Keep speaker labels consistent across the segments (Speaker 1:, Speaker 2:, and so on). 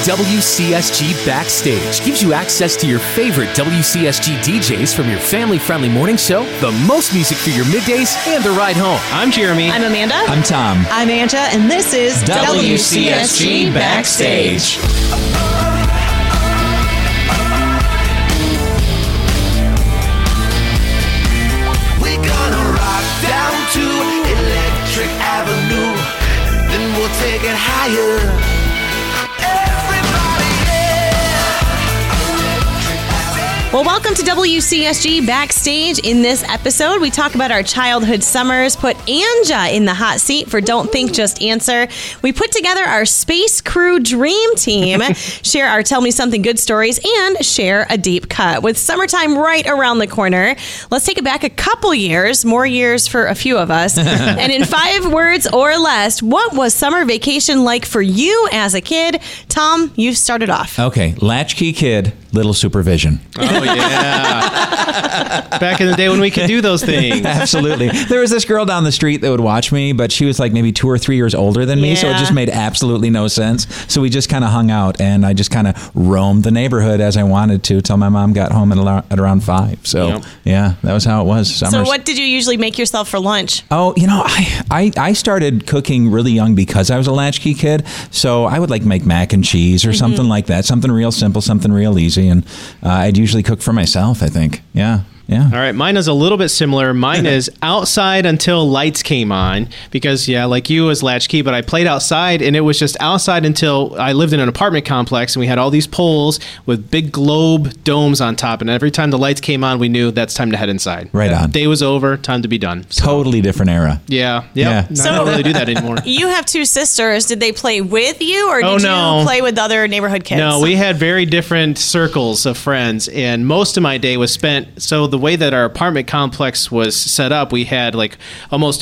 Speaker 1: WCSG Backstage gives you access to your favorite WCSG DJs from your family friendly morning show, the most music for your middays, and the ride home.
Speaker 2: I'm Jeremy.
Speaker 3: I'm Amanda.
Speaker 4: I'm Tom.
Speaker 3: I'm Anja, and this is
Speaker 2: WCSG Backstage.
Speaker 5: We're gonna rock down to Electric Avenue, then we'll take it higher. Everybody, yeah.
Speaker 3: Well, welcome to WCSG Backstage. In this episode, we talk about our childhood summers, put Anja in the hot seat for Don't Think, Just Answer. We put together our Space Crew Dream Team, share our Tell Me Something Good stories, and share a deep cut. With summertime right around the corner, let's take it back a couple years, more years for a few of us. and in five words or less, what was summer vacation like for you as a kid? Tom, you started off.
Speaker 4: Okay, latchkey kid, little supervision.
Speaker 2: Oh yeah. Back in the day when we could do those things.
Speaker 4: Absolutely. There was this girl down the street that would watch me, but she was like maybe two or three years older than me, so it
Speaker 3: Yeah.
Speaker 4: just made absolutely no sense. So we just kind of hung out, and I just kind of roamed the neighborhood as I wanted to till my mom got home at, alo- at around five. So
Speaker 2: Yep.
Speaker 4: yeah, that was how it was.
Speaker 3: So,
Speaker 4: Summers.
Speaker 3: what did you usually make yourself for lunch?
Speaker 4: Oh, you know, I, I, I started cooking really young because I was a latchkey kid. So I would like make mac and cheese or something like that, something real simple, something real easy. And uh, I'd usually cook for myself, I think. Yeah. Yeah.
Speaker 2: All right, mine is a little bit similar. Mine is outside until lights came on because yeah, like you was latchkey, but I played outside and it was just outside until I lived in an apartment complex and we had all these poles with big globe domes on top, and every time the lights came on, we knew that's time to head inside.
Speaker 4: Right on.
Speaker 2: Day was over, time to be done. So,
Speaker 4: Totally different era.
Speaker 2: yeah,
Speaker 4: Yeah.
Speaker 2: yeah. No, I
Speaker 3: So-
Speaker 2: don't really do that anymore.
Speaker 3: You have two sisters. Did they play with you, or did
Speaker 2: Oh, no.
Speaker 3: you play with other neighborhood kids?
Speaker 2: No, we had very different circles of friends, and most of my day was spent. So the way that our apartment complex was set up, we had like almost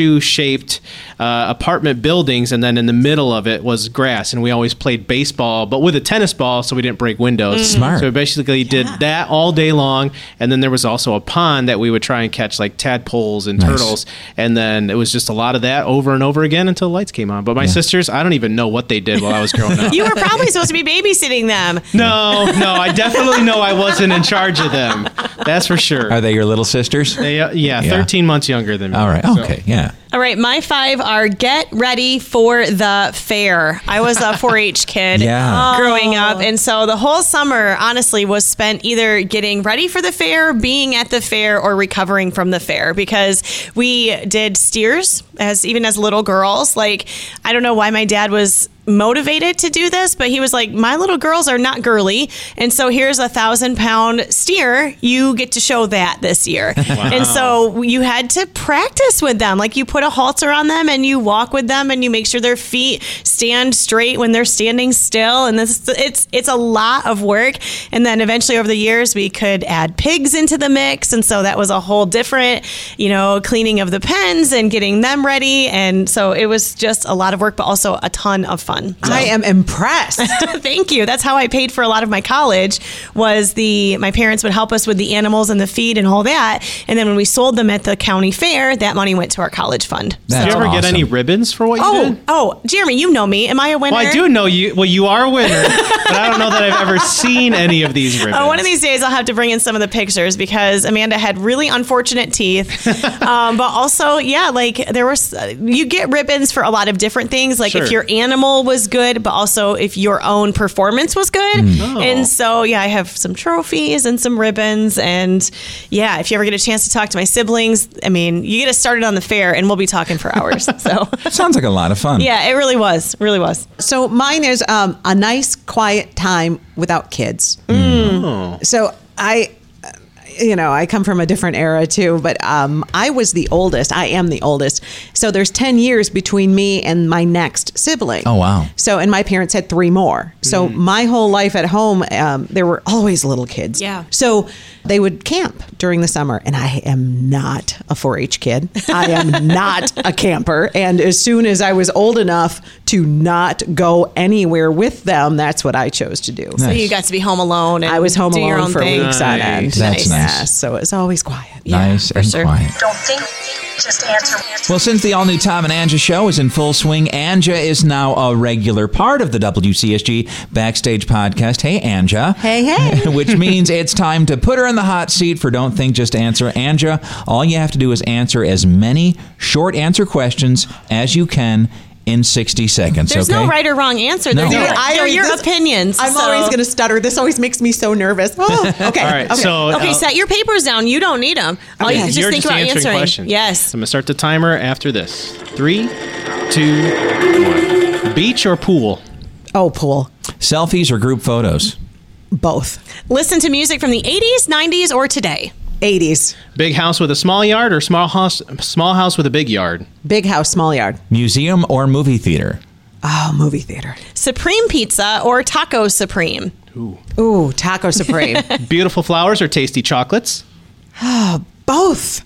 Speaker 2: horseshoe-shaped uh, apartment buildings, and then in the middle of it was grass, and we always played baseball, but with a tennis ball, so we didn't break windows.
Speaker 4: Mm-hmm. Smart.
Speaker 2: So we basically did that all day long, and then there was also a pond that we would try and catch like tadpoles and
Speaker 4: Nice.
Speaker 2: turtles, and then it was just a lot of that over and over again until the lights came on. But my sisters, I don't even know what they did while I was growing up.
Speaker 3: You were probably supposed to be babysitting them.
Speaker 2: No, no, I definitely know I wasn't in charge of them. That's for
Speaker 4: Are
Speaker 2: sure.
Speaker 4: they your little sisters?
Speaker 2: They, uh, yeah,
Speaker 4: Yeah.
Speaker 2: 13 months younger than me.
Speaker 4: All right.
Speaker 2: So-
Speaker 4: Okay. Yeah.
Speaker 3: All right, my five are get ready for the fair. I was a 4-H kid
Speaker 4: Yeah.
Speaker 3: growing up, and so the whole summer, honestly, was spent either getting ready for the fair, being at the fair, or recovering from the fair because we did steers as even as little girls. Like I don't know why my dad was motivated to do this, but he was like, "My little girls are not girly, and so here's a thousand pound steer. You get to show that this year." And so you had to practice with them. Like you put a halter on them and you walk with them and you make sure their feet stand straight when they're standing still. And this it's it's a lot of work. And then eventually over the years we could add pigs into the mix, and so that was a whole different, you know, cleaning of the pens and getting them ready. And so it was just a lot of work, but also a ton of fun.
Speaker 6: I am impressed.
Speaker 3: Thank you. That's how I paid for a lot of my college. Was the my parents would help us with the animals and the feed and all that, and then when we sold them at the county fair, that money went to our college fund.
Speaker 4: That's
Speaker 2: Did you ever get
Speaker 4: awesome.
Speaker 2: any ribbons for what you
Speaker 3: Oh,
Speaker 2: did?
Speaker 3: oh, Jeremy, you know me. Am I a winner?
Speaker 2: Well, I do know you. Well, you are a winner, but I don't know that I've ever seen any of these ribbons.
Speaker 3: Oh, one of these days I'll have to bring in some of the pictures because Amanda had really unfortunate teeth. um, but also, yeah, like there was, uh, you get ribbons for a lot of different things. Like if your
Speaker 2: Sure.
Speaker 3: animal was good, but also if your own performance was good.
Speaker 6: Hmm.
Speaker 3: And so, yeah, I have some trophies and some ribbons. And yeah, if you ever get a chance to talk to my siblings, I mean, you get us started on the fair and we'll be talking for hours. so,
Speaker 4: That sounds like a lot of fun.
Speaker 3: yeah, it really was, really was.
Speaker 6: so mine is um, a nice, quiet time without kids.
Speaker 4: Oh.
Speaker 6: So I, you know, I come from a different era too, but um, I was the oldest. I am the oldest. So there's 10 years between me and my next sibling.
Speaker 4: Oh, wow.
Speaker 6: So, and my parents had three more. So my whole life at home, um, there were always little kids.
Speaker 3: Yeah.
Speaker 6: So they would camp during the summer, and I am not a 4 H kid. I am not a camper. And as soon as I was old enough to not go anywhere with them, that's what I chose to do.
Speaker 3: So you got to be home alone. And
Speaker 6: I was home
Speaker 3: do your
Speaker 6: alone
Speaker 3: own
Speaker 6: for
Speaker 3: thing.
Speaker 6: weeks on
Speaker 2: Nice.
Speaker 6: end.
Speaker 4: That's nice.
Speaker 6: Yeah, so it's always quiet.
Speaker 4: nice
Speaker 3: for
Speaker 4: and
Speaker 3: sure.
Speaker 4: quiet.
Speaker 7: Don't think, just answer.
Speaker 4: Well, since the all new Tom and Anja show is in full swing, Anja is now a regular part of the WCSG Backstage Podcast. Hey, Anja.
Speaker 6: Hey, hey.
Speaker 4: Which means it's time to put her in the hot seat for Don't Think, Just Answer. Anja, all you have to do is answer as many short answer questions as you can in 60 seconds.
Speaker 3: There's
Speaker 4: okay?
Speaker 3: no right or wrong answer.
Speaker 4: No.
Speaker 3: They're,
Speaker 4: Dude,
Speaker 3: your-
Speaker 6: I
Speaker 3: they're
Speaker 6: always-
Speaker 3: your
Speaker 6: this-
Speaker 3: opinions.
Speaker 6: I'm
Speaker 3: so-
Speaker 6: always going to stutter. This always makes me so nervous. Oh, okay.
Speaker 2: All right,
Speaker 6: okay.
Speaker 2: so
Speaker 3: Okay,
Speaker 2: uh,
Speaker 3: set your papers down. You don't need them. All you
Speaker 2: yeah,
Speaker 3: oh, just
Speaker 2: you're
Speaker 3: think
Speaker 2: just
Speaker 3: about
Speaker 2: answering,
Speaker 3: answering.
Speaker 2: questions.
Speaker 3: Yes.
Speaker 2: I'm gonna start the timer after this. Three, two, one. Beach or pool?
Speaker 6: oh, pool.
Speaker 4: Selfies or group photos?
Speaker 6: Both.
Speaker 3: Listen to music from the 80s, 90s, or today.
Speaker 6: 80s.
Speaker 2: Big house with a small yard or small house small house with a big yard?
Speaker 6: Big house, small yard.
Speaker 4: Museum or movie theater?
Speaker 6: Oh, movie theater.
Speaker 3: Supreme pizza or taco supreme.
Speaker 6: Ooh, Taco Supreme.
Speaker 2: Beautiful flowers or tasty chocolates?
Speaker 6: Both.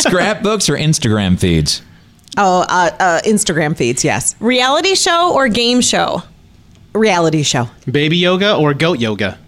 Speaker 4: Scrapbooks or Instagram feeds?
Speaker 6: Oh, uh, uh, Instagram feeds, yes.
Speaker 3: Reality show or game show.
Speaker 6: Reality show.
Speaker 2: Baby yoga or goat yoga?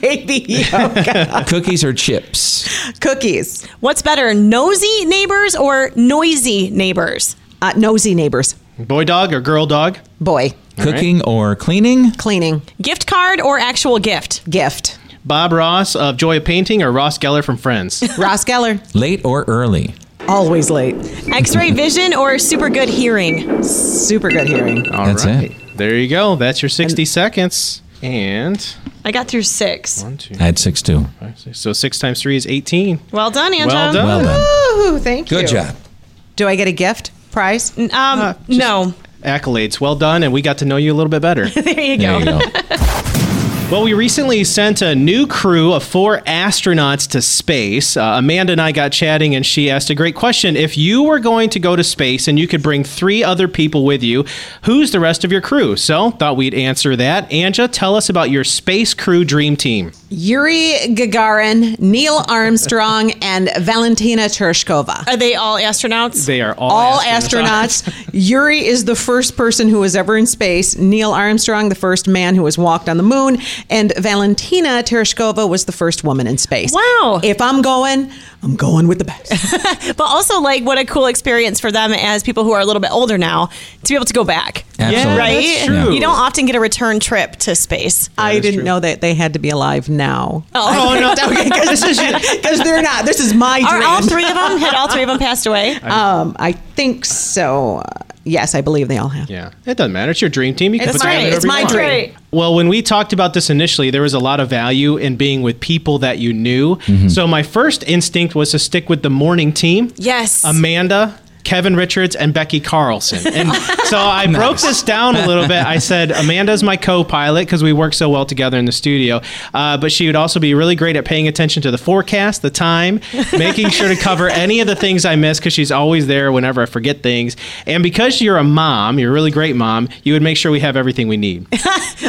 Speaker 6: Baby yoga.
Speaker 4: Cookies or chips?
Speaker 6: Cookies.
Speaker 3: What's better, nosy neighbors or noisy neighbors?
Speaker 6: Uh, nosy neighbors.
Speaker 2: Boy dog or girl dog?
Speaker 6: Boy.
Speaker 4: Cooking or cleaning?
Speaker 6: Cleaning.
Speaker 3: Gift card or actual gift?
Speaker 6: Gift.
Speaker 2: Bob Ross of Joy of Painting or Ross Geller from Friends?
Speaker 6: Ross Geller.
Speaker 4: Late or early?
Speaker 6: Always late.
Speaker 3: X-ray vision or super good hearing?
Speaker 6: Super good hearing.
Speaker 2: All right,
Speaker 4: That's it.
Speaker 2: There you go. That's your 60 seconds. And
Speaker 3: I got through six.
Speaker 2: one, two,
Speaker 4: I had six too.
Speaker 2: five, six. So six times three is 18.
Speaker 3: Well done, Angela.
Speaker 2: Well done.
Speaker 4: Well done.
Speaker 6: Ooh, thank you.
Speaker 4: Good job.
Speaker 6: Do I get a gift? Prize?
Speaker 3: Um,
Speaker 6: Uh,
Speaker 3: no.
Speaker 2: Accolades. Well done. And we got to know you a little bit better.
Speaker 3: There you go.
Speaker 4: There you go.
Speaker 2: Well, we recently sent a new crew of four astronauts to space. Uh, Amanda and I got chatting, and she asked a great question. If you were going to go to space and you could bring three other people with you, who's the rest of your crew? So, thought we'd answer that. Anja, tell us about your space crew dream team.
Speaker 6: Yuri Gagarin, Neil Armstrong, and Valentina Tereshkova.
Speaker 3: Are they all astronauts?
Speaker 2: They are all,
Speaker 6: All astronauts. Yuri is the first person who was ever in space. Neil Armstrong, the first man who has walked on the moon, and Valentina Tereshkova was the first woman in space.
Speaker 3: Wow.
Speaker 6: If I'm going, I'm going with the best.
Speaker 3: But also, like, what a cool experience for them as people who are a little bit older now to be able to go back.
Speaker 4: Absolutely.
Speaker 2: Yeah,
Speaker 3: Right?
Speaker 2: That's true.
Speaker 3: You don't often get a return trip to space.
Speaker 6: I
Speaker 2: is
Speaker 6: didn't
Speaker 2: true.
Speaker 6: know that they had to be alive now.
Speaker 2: Oh no!
Speaker 6: Because they're not. This is my dream.
Speaker 3: Are all three of them? Had all three of them passed away?
Speaker 6: Um, I think so. Uh, yes, I believe they all have.
Speaker 2: Yeah, it doesn't matter. It's your dream team. You can
Speaker 3: It's
Speaker 2: put together
Speaker 3: right.
Speaker 2: whatever
Speaker 3: It's
Speaker 2: you
Speaker 3: my
Speaker 2: want.
Speaker 3: dream. Right.
Speaker 2: Well, when we talked about this initially, there was a lot of value in being with people that you knew. So my first instinct was to stick with the morning team.
Speaker 3: Yes.
Speaker 2: Amanda. Kevin Richards and Becky Carlson. And so I broke this down a little bit. I said, Amanda's my co pilot because we work so well together in the studio. Uh, but she would also be really great at paying attention to the forecast, the time, making sure to cover any of the things I miss because she's always there whenever I forget things. And because you're a mom, you're a really great mom, you would make sure we have everything we need.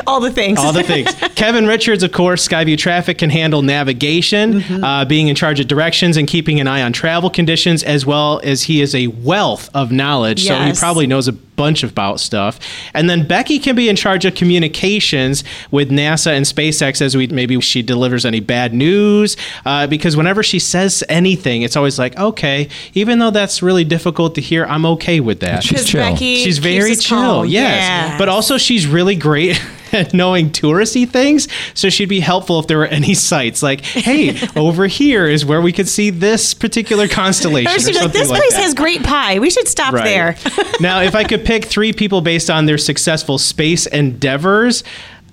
Speaker 3: all the things.
Speaker 2: All the things. Kevin Richards, of course, Skyview Traffic can handle navigation, uh, being in charge of directions and keeping an eye on travel conditions, as well as he is a wealth of knowledge. So he
Speaker 3: Yes.
Speaker 2: probably knows a bunch about stuff. And then Becky can be in charge of communications with NASA and SpaceX as we maybe she delivers any bad news. Uh, because whenever she says anything, it's always like, okay, even though that's really difficult to hear, I'm okay with that.
Speaker 4: She's
Speaker 3: Because
Speaker 4: chill.
Speaker 3: Becky
Speaker 2: She's
Speaker 3: keeps
Speaker 2: very
Speaker 3: us
Speaker 2: chill,
Speaker 3: calm.
Speaker 2: yes.
Speaker 3: Yeah.
Speaker 2: But also, she's really great at knowing touristy things. So she'd be helpful if there were any sites like, "Hey, over here is where we could see this particular constellation."
Speaker 3: Or
Speaker 2: or
Speaker 3: she'd be like,
Speaker 2: something
Speaker 3: this place
Speaker 2: that."
Speaker 3: has great pie. We should stop there.
Speaker 2: now, if I could pick three people based on their successful space endeavors,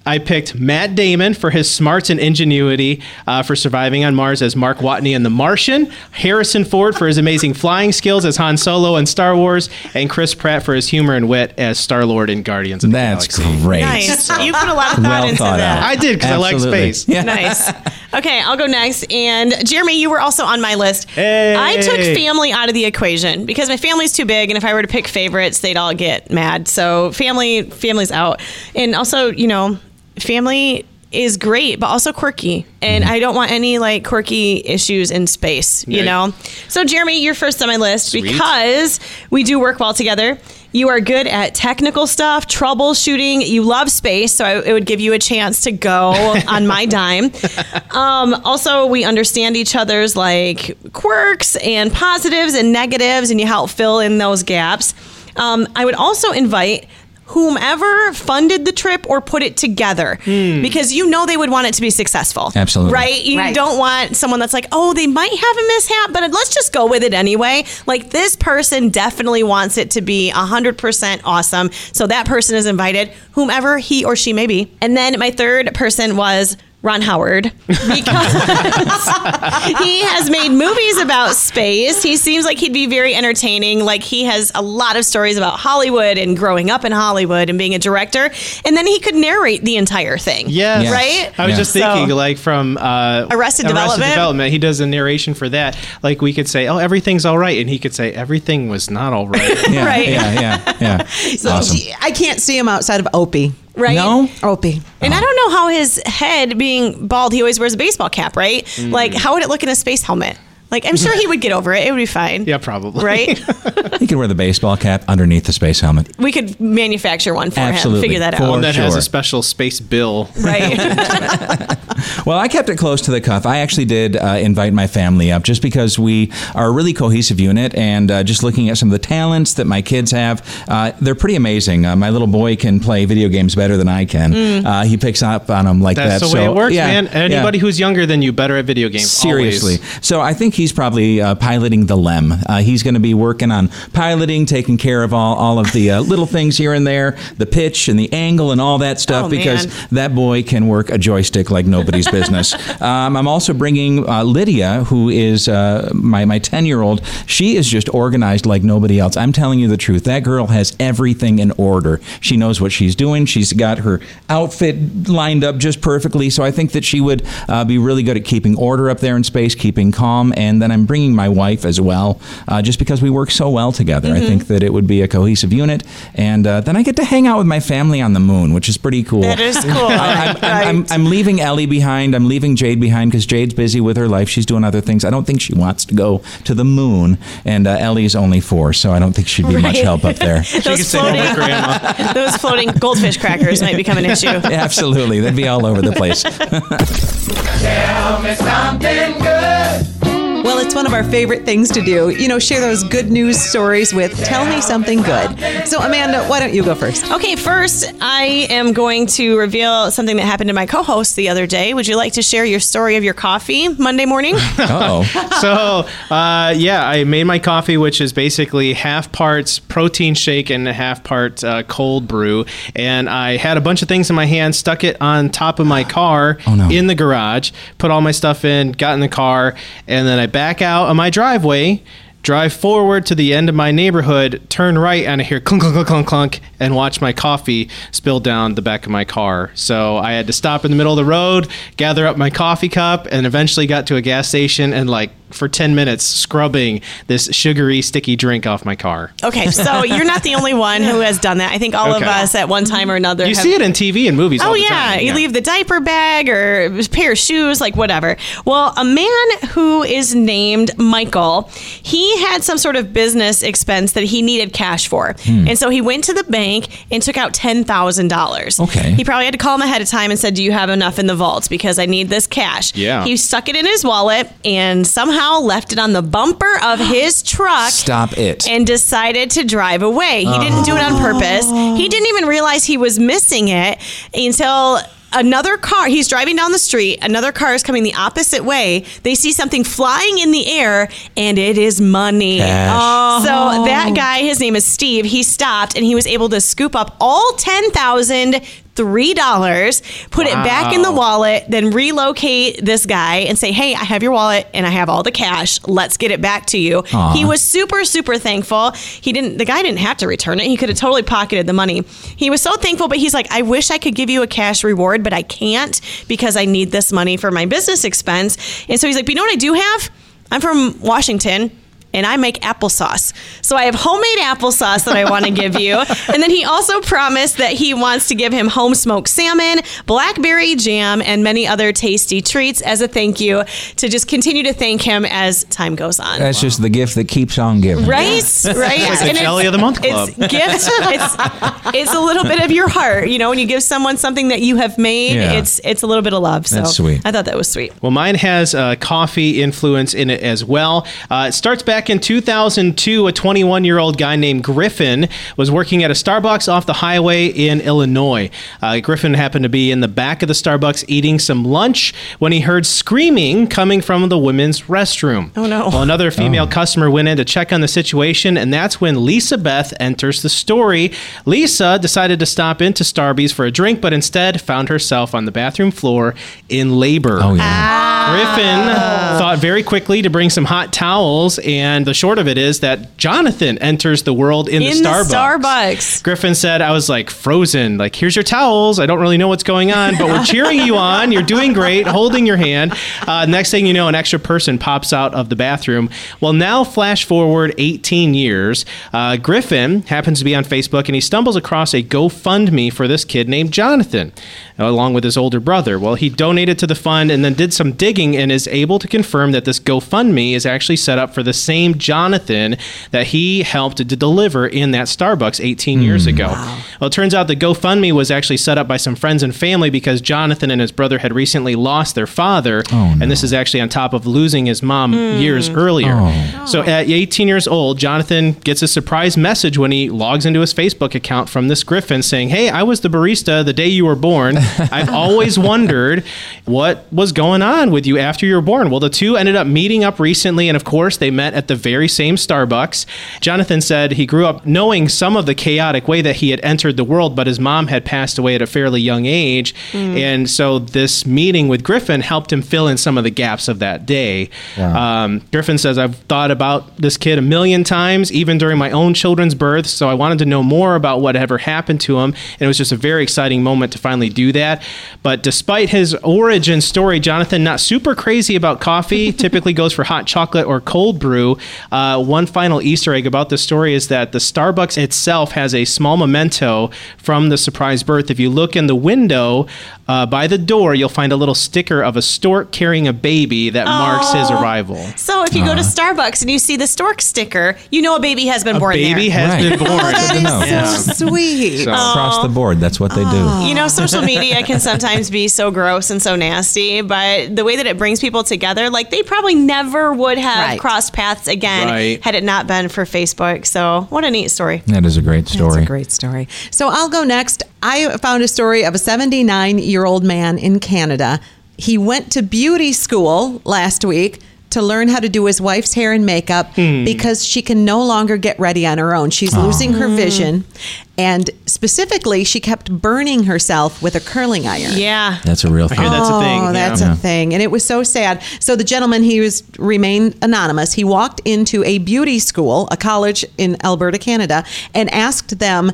Speaker 2: I picked Matt Damon for his smarts and ingenuity uh, for surviving on Mars as Mark Watney in The Martian, Harrison Ford for his amazing flying skills as Han Solo in Star Wars, and Chris Pratt for his humor and wit as Star Lord in Guardians of
Speaker 4: That's
Speaker 2: the Galaxy.
Speaker 4: great.
Speaker 3: Nice. You put a lot of thought
Speaker 4: Well
Speaker 3: into
Speaker 4: thought
Speaker 3: that.
Speaker 4: out.
Speaker 2: I did because I like
Speaker 4: Absolutely.
Speaker 2: space.
Speaker 4: Yeah.
Speaker 3: Nice. Okay, I'll go next. And Jeremy, you were also on my list.
Speaker 2: Hey.
Speaker 3: I took family out of the equation because my family's too big, and if I were to pick favorites, they'd all get mad. So family, family's out, and also you know, family is great, but also quirky. And I don't want any like quirky issues in space, you
Speaker 2: Mm-hmm. Right.
Speaker 3: know? So, Jeremy, you're first on my list
Speaker 2: Sweet.
Speaker 3: because we do work well together. You are good at technical stuff, troubleshooting. You love space, so I, it would give you a chance to go on my dime. Um, also, we understand each other's like quirks and positives and negatives, and you help fill in those gaps. Um, I would also invite whomever funded the trip or put it together because you know they would want it to be successful.
Speaker 4: Absolutely.
Speaker 3: Right? You
Speaker 8: Right.
Speaker 3: don't want someone that's like, oh, they might have a mishap, but let's just go with it anyway. Like, this person definitely wants it to be 100% awesome. So that person is invited, whomever he or she may be. And then my third person was. Ron Howard, because he has made movies about space. He seems like he'd be very entertaining. Like, he has a lot of stories about Hollywood and growing up in Hollywood and being a director. And then he could narrate the entire thing.
Speaker 2: Yes.
Speaker 3: Right?
Speaker 2: I was
Speaker 4: Yeah.
Speaker 2: just thinking,
Speaker 3: So-
Speaker 2: like from uh,
Speaker 3: Arrested Development?
Speaker 2: Development, he does a narration for that. Like we could say, "Oh, everything's all right," and he could say, "Everything was not all right."
Speaker 4: Yeah,
Speaker 3: Right.
Speaker 4: yeah, yeah, yeah. awesome.
Speaker 6: Gee, I can't see him outside of Opie.
Speaker 3: Right?
Speaker 4: No,
Speaker 6: Opie.
Speaker 3: And I don't know how his head being bald, he always wears a baseball cap, right?
Speaker 2: Mm.
Speaker 3: Like, how would it look in a space helmet? Like, I'm sure he would get over it. It would be fine.
Speaker 2: yeah, probably.
Speaker 3: Right?
Speaker 4: he could wear the baseball cap underneath the space helmet.
Speaker 3: we could manufacture one for
Speaker 4: Absolutely.
Speaker 3: him, figure that
Speaker 4: For-
Speaker 2: One
Speaker 3: out.
Speaker 2: that has
Speaker 4: Sure.
Speaker 2: a special space bill.
Speaker 3: Right.
Speaker 4: Well, I kept it close to the cuff. I actually did uh, invite my family up just because we are a really cohesive unit, and uh, just looking at some of the talents that my kids have, uh, they're pretty amazing. Uh, my little boy can play video games better than I can.
Speaker 3: Mm.
Speaker 4: Uh, he picks up on them like
Speaker 2: That's
Speaker 4: that.
Speaker 2: the way
Speaker 4: so,
Speaker 2: it works,
Speaker 4: yeah,
Speaker 2: man. Anybody
Speaker 4: yeah.
Speaker 2: who's younger than you better at video games.
Speaker 4: Seriously.
Speaker 2: always.
Speaker 4: So I think he's probably uh, piloting the LEM. Uh, he's going to be working on piloting, taking care of all, all of the uh, little things here and there, the pitch and the angle and all that stuff,
Speaker 3: Oh,
Speaker 4: because
Speaker 3: man.
Speaker 4: that boy can work a joystick like nobody's business. Um, I'm also bringing uh, Lydia, who is uh, my my 10 year old. She is just organized like nobody else. I'm telling you the truth. That girl has everything in order. She knows what she's doing. She's got her outfit lined up just perfectly. So I think that she would uh, be really good at keeping order up there in space, keeping calm. And then I'm bringing my wife as well, uh, just because we work so well together. I think that it would be a cohesive unit. And uh, then I get to hang out with my family on the moon, which is pretty cool.
Speaker 3: that is cool.
Speaker 4: I'm, I'm, I'm, I'm leaving Ellie behind. I'm leaving Jade behind because Jade's busy with her life. She's doing other things. I don't think she wants to go to the moon, and uh, Ellie's only four, so I don't think she'd be much
Speaker 3: Right.
Speaker 4: help up there.
Speaker 2: You can
Speaker 3: those,
Speaker 2: say no to
Speaker 3: floating,
Speaker 2: grandma.
Speaker 3: those floating goldfish crackers might become an issue.
Speaker 4: Absolutely, that'd be all over the place.
Speaker 6: Well, it's one of our favorite things to do. You know, share those good news stories with Tell Me Something Good. So, Amanda, why don't you go first?
Speaker 3: Okay, first, I am going to reveal something that happened to my co host the other day. Would you like to share your story of your coffee Monday morning?
Speaker 4: Oh,
Speaker 2: so uh, yeah, I made my coffee, which is basically half parts protein shake and a half part uh, cold brew. And I had a bunch of things in my hand, stuck it on top of my car
Speaker 4: Oh, no.
Speaker 2: in the garage, put all my stuff in, got in the car, and then I back out of my driveway. Drive forward to the end of my neighborhood, turn right, and I hear clunk, clunk, clunk, clunk, clunk, and watch my coffee spill down the back of my car. So I had to stop in the middle of the road, gather up my coffee cup, and eventually got to a gas station and, like, for 10 minutes, scrubbing this sugary, sticky drink off my car.
Speaker 3: Okay, so you're not the only one who has done that. I think all
Speaker 2: Okay.
Speaker 3: of us at one time or another.
Speaker 2: You
Speaker 3: have-
Speaker 2: see it in TV and movies all
Speaker 3: Oh
Speaker 2: the
Speaker 3: yeah,
Speaker 2: time.
Speaker 3: you leave the diaper bag or a pair of shoes, like whatever. Well, a man who is named Michael, he had some sort of business expense that he needed cash for,
Speaker 2: Hmm.
Speaker 3: and so he went to the bank and took out ten thousand dollars.
Speaker 4: Okay.
Speaker 3: he probably had to call him ahead of time and said, "Do you have enough in the vaults? Because I need this cash."
Speaker 2: Yeah.
Speaker 3: he stuck it in his wallet and somehow left it on the bumper of his truck
Speaker 4: stop it!
Speaker 3: and decided to drive away. He didn't do it on purpose. He didn't even realize he was missing it until another car he's driving down the street another car is coming the opposite way they see something flying in the air and it is money
Speaker 4: Cash.
Speaker 3: so that guy his name is steve he stopped and he was able to scoop up all ten thousand three dollars put it back in the
Speaker 2: Wow.
Speaker 3: wallet then relocate this guy and say hey i have your wallet and i have all the cash let's get it back to you
Speaker 4: Aw.
Speaker 3: he was super super thankful he didn't the guy didn't have to return it he could have totally pocketed the money he was so thankful but he's like i wish i could give you a cash reward but i can't because i need this money for my business expense and so he's like but you know what i do have i'm from washington and I make applesauce. So I have homemade applesauce that I want to give you. And then he also promised that he wants to give him home smoked salmon, blackberry jam, and many other tasty treats as a thank you to just continue to thank him as time goes on.
Speaker 4: That's just the gift that keeps on giving.
Speaker 3: Right, right.
Speaker 2: It's like the
Speaker 3: And
Speaker 2: Jelly of the Month Club.
Speaker 3: It's gift. It's it's a little bit of your heart. You know, when you give someone something that you have made,
Speaker 4: Yeah.
Speaker 3: it's it's a little bit of love. So
Speaker 4: That's sweet.
Speaker 3: I thought that was sweet.
Speaker 2: Well, mine has uh, coffee influence in it as well. Uh, it starts back in 2002. A 21 year old guy named Griffin was working at a Starbucks off the highway in Illinois. Uh, Griffin happened to be in the back of the Starbucks eating some lunch when he heard screaming coming from the women's restroom.
Speaker 3: Oh, no.
Speaker 2: Well, another female customer went in to check on the situation, and that's when Lisa Beth enters the story. Lisa decided to stop into Starbucks for a drink, but instead found herself on the bathroom floor in labor.
Speaker 4: Oh yeah.
Speaker 2: Griffin thought very quickly to bring some hot towels, and the short of it is that Jonathan enters the world in,
Speaker 3: In
Speaker 2: the
Speaker 3: the
Speaker 2: Starbucks.
Speaker 3: Starbucks.
Speaker 2: Griffin said, I was like frozen. Like, here's your towels. I don't really know what's going on, but we're cheering you on. You're doing great, holding your hand. Uh, next thing you know, an extra person pops out of the bathroom. Well, now, flash forward 18 years. Uh, Griffin happens to be on Facebook and he stumbles across a GoFundMe for this kid named Jonathan, along with his older brother. Well, he donated to the fund and then did some digging and is able to confirm that this GoFundMe is actually set up for the same Jonathan that he helped to deliver in that Starbucks 18 years ago. Well, it turns out the GoFundMe was actually set up by some friends and family because Jonathan and his brother had recently lost their father, and this is actually on top of losing his mom years earlier. So at 18 years old, Jonathan gets a surprise message when he logs into his Facebook account from this Griffin saying, "Hey, I was the barista the day you were born. I've always wondered what was going on with you after you were born." Well, the two ended up meeting up recently, and of course, they met at the very same Starbucks. Jonathan said he grew up knowing some of the chaotic way that he had entered the world, but his mom had passed away at a fairly young age, and so this meeting with Griffin helped him fill in some of the gaps of that day. Um, Griffin says, I've thought about this kid a million times, even during my own children's birth. So I wanted to know more about whatever happened to him. And it was just a very exciting moment to finally do that. But despite his origin story, Jonathan, not super crazy about coffee, typically goes for hot chocolate or cold brew. Uh, one final Easter egg about this story is that the Starbucks itself has a small memento from the surprise birth. If you look in the window uh, by the door, you'll find a little sticker of a stork carrying a baby that marks his arrival.
Speaker 3: So if you go to
Speaker 2: Uh-huh.
Speaker 3: Starbucks and you see the stork sticker, you know a baby has been born
Speaker 2: baby
Speaker 3: there.
Speaker 2: has
Speaker 4: Right.
Speaker 2: been born.
Speaker 4: Good to know.
Speaker 6: So sweet. Oh,
Speaker 4: Across the board, that's what they do.
Speaker 3: you know, social media can sometimes be so gross and so nasty, but the way that it brings people together, like they probably never would have
Speaker 6: Right.
Speaker 3: crossed paths again
Speaker 2: Right.
Speaker 3: had it not been for Facebook. So what a neat story.
Speaker 4: That is a great story.
Speaker 6: That's a great story. So I'll go next. I found a story of a 79 year old man in Canada. He went to beauty school last week to learn how to do his wife's hair and makeup
Speaker 4: Hmm.
Speaker 6: because she can no longer get ready on her own.
Speaker 4: Oh.
Speaker 6: She's losing her vision. And specifically, she kept burning herself with a curling iron.
Speaker 3: Yeah.
Speaker 4: That's a real
Speaker 2: I hear
Speaker 4: thing.
Speaker 2: that's a thing.
Speaker 6: Oh, that's
Speaker 2: yeah.
Speaker 6: a thing. And it was so sad. So the gentleman, he was remained anonymous. He walked into a beauty school, a college in Alberta, Canada, and asked them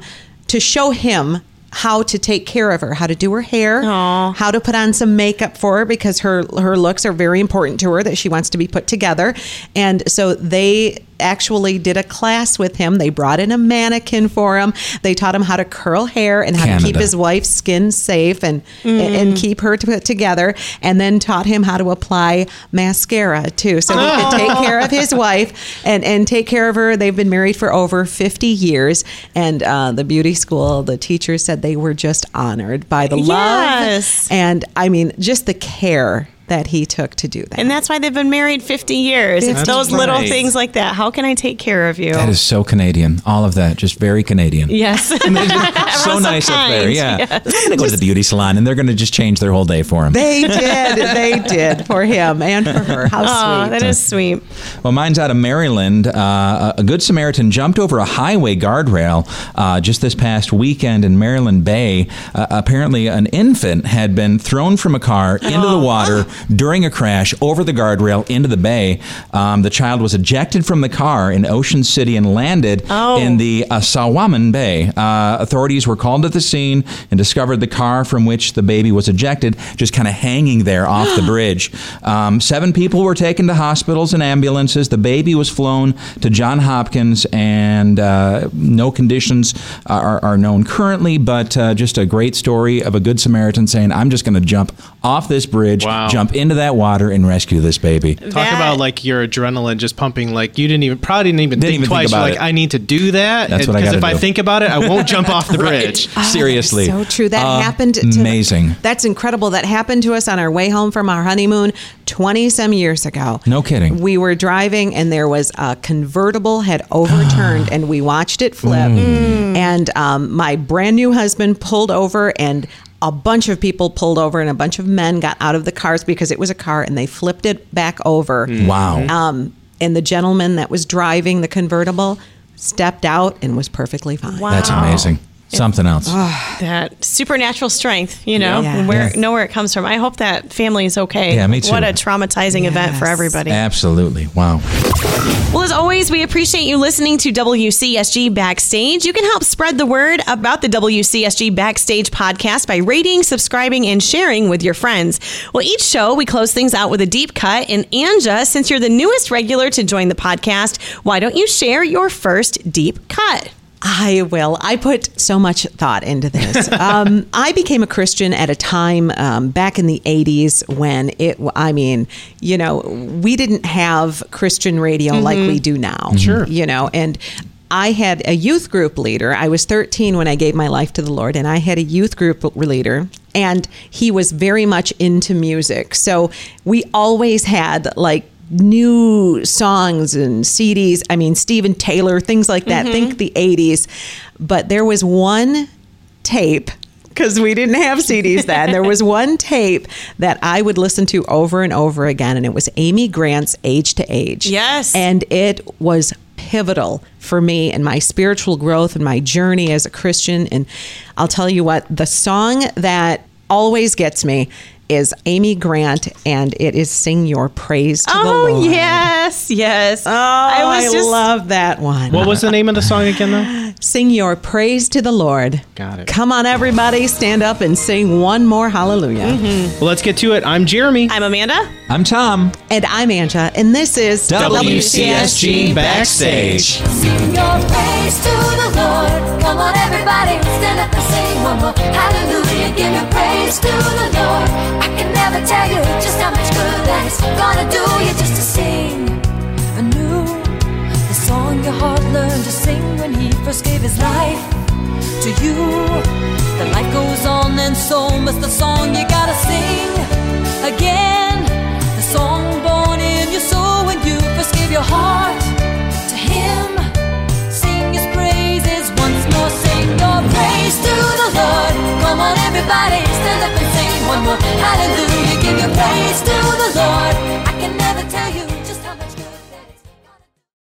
Speaker 6: to show him how to take care of her, how to do her hair, how to put on some makeup for her because her her looks are very important to her that she wants to be put together. And so they actually did a class with him. They brought in a mannequin for him. They taught him how to curl hair and how to keep
Speaker 4: Canada.
Speaker 6: his wife's skin safe and
Speaker 3: Mm.
Speaker 6: and keep her to put together and then taught him how to apply mascara too so he could take care of his wife and and take care of her they've been married for over 50 years and uh, the beauty school the teachers said they were just honored by the
Speaker 3: Yes.
Speaker 6: love and i mean just the care that he took to do that
Speaker 3: And that's why they've been married 50 years. It's
Speaker 6: That's
Speaker 3: those little
Speaker 2: right.
Speaker 3: things like that. How can I take care of you?
Speaker 4: That is so Canadian. All of that, just very Canadian.
Speaker 3: yes.
Speaker 4: so
Speaker 3: so
Speaker 4: nice up there.
Speaker 3: kind.
Speaker 4: Yeah.
Speaker 3: Yes.
Speaker 4: They're going to go to the beauty salon and they're going to just change their whole day for him.
Speaker 6: they did they did for him and for her how
Speaker 3: Oh,
Speaker 6: sweet
Speaker 3: that is sweet.
Speaker 4: Well, mine's out of Maryland. Uh, a a good Samaritan jumped over a highway guardrail uh, just this past weekend in Maryland Bay. Uh, apparently, an infant had been thrown from a car into the water during a crash over the guardrail into the bay. Um, the child was ejected from the car in Ocean City and landed
Speaker 3: Oh.
Speaker 4: in the uh, Sawaman Bay. Uh, authorities were called to the scene and discovered the car from which the baby was ejected just kind of hanging there off the bridge. Um, seven people were taken to hospitals and ambulances. The baby was flown to John Hopkins, and uh, no conditions are, are known currently, but uh, just a great story of a good Samaritan saying, I'm just going to jump off this bridge,
Speaker 2: Wow.
Speaker 4: jump into that water, and rescue this baby.
Speaker 6: Oh,
Speaker 2: Talk
Speaker 3: That-
Speaker 2: about like your adrenaline just pumping. Like you didn't even probably didn't even
Speaker 4: Didn't
Speaker 2: think
Speaker 4: even think
Speaker 2: twice.
Speaker 4: about
Speaker 2: You're
Speaker 4: it.
Speaker 2: like I need to do that.
Speaker 4: That's what I
Speaker 2: Because if
Speaker 4: gotta
Speaker 2: I
Speaker 4: do.
Speaker 2: think about it, I won't jump off the bridge.
Speaker 4: Seriously. Uh,
Speaker 6: So true. That happened. To,
Speaker 4: amazing.
Speaker 6: That's incredible. That happened to us on our way home from our honeymoon 20 some years ago.
Speaker 4: No kidding.
Speaker 6: We were driving and there was a convertible had overturned and we watched it flip.
Speaker 4: Mm.
Speaker 6: And um, my brand new husband pulled over and a bunch of people pulled over and a bunch of men got out of the cars because it was a car and they flipped it back over.
Speaker 4: Wow.
Speaker 6: Um, and the gentleman that was driving the convertible stepped out and was perfectly fine.
Speaker 4: That's amazing. Something else.
Speaker 3: that supernatural strength, you know,
Speaker 6: Yeah.
Speaker 3: where
Speaker 4: Yeah.
Speaker 3: know where it comes from. I hope that family is okay.
Speaker 4: Yeah, me too.
Speaker 3: What a traumatizing event for
Speaker 6: Yes.
Speaker 3: everybody.
Speaker 4: Absolutely. Wow.
Speaker 3: Well, as always, we appreciate you listening to WCSG Backstage. You can help spread the word about the WCSG Backstage podcast by rating, subscribing, and sharing with your friends. Well, each show, we close things out with a deep cut. And Anja, since you're the newest regular to join the podcast, why don't you share your first deep cut?
Speaker 6: I will. I put so much thought into this. Um, I became a Christian at a time um, back in the 80s when it, I mean, you know, we didn't have Christian radio like we do now. Sure. You know, and I had a youth group leader. I was 13 when I gave my life to the Lord, and I had a youth group leader, and he was very much into music. So we always had like, new songs and CDs. I mean, Steven Taylor, things like that. Think the 80s. But there was one tape because we didn't have CDs then. there was one tape that I would listen to over and over again, and it was Amy Grant's Age to Age.
Speaker 3: Yes.
Speaker 6: And it was pivotal for me and my spiritual growth and my journey as a Christian. And I'll tell you what, the song that always gets me is Amy Grant, and it is Sing Your Praise to the Lord.
Speaker 3: Oh, yes, yes. Oh,
Speaker 6: I, love that one.
Speaker 2: What was the name of the song again, though?
Speaker 6: Sing your praise to the Lord.
Speaker 2: Got it.
Speaker 6: Come on, everybody, stand up and sing one more hallelujah.
Speaker 2: Well, let's get to it. I'm Jeremy.
Speaker 3: Mm-hmm. I'm Amanda.
Speaker 4: I'm Tom.
Speaker 6: And I'm Anja, and this is
Speaker 2: WCSG Backstage.
Speaker 8: Sing your praise to the Lord. Come on, everybody, stand up and sing one more. Hallelujah, give your praise to the Lord. I can never tell you just how much good that is gonna do you just to sing anew the song your heart learned to sing when He first gave His life to you. The life goes on, and so must the song you gotta sing again. The song born in your soul when you first gave your heart to Him. Sing His praises once more. Sing your praise to the Lord. Come on, everybody, stand up and sing one more. Hallelujah, give your praise to the Lord. I can never tell you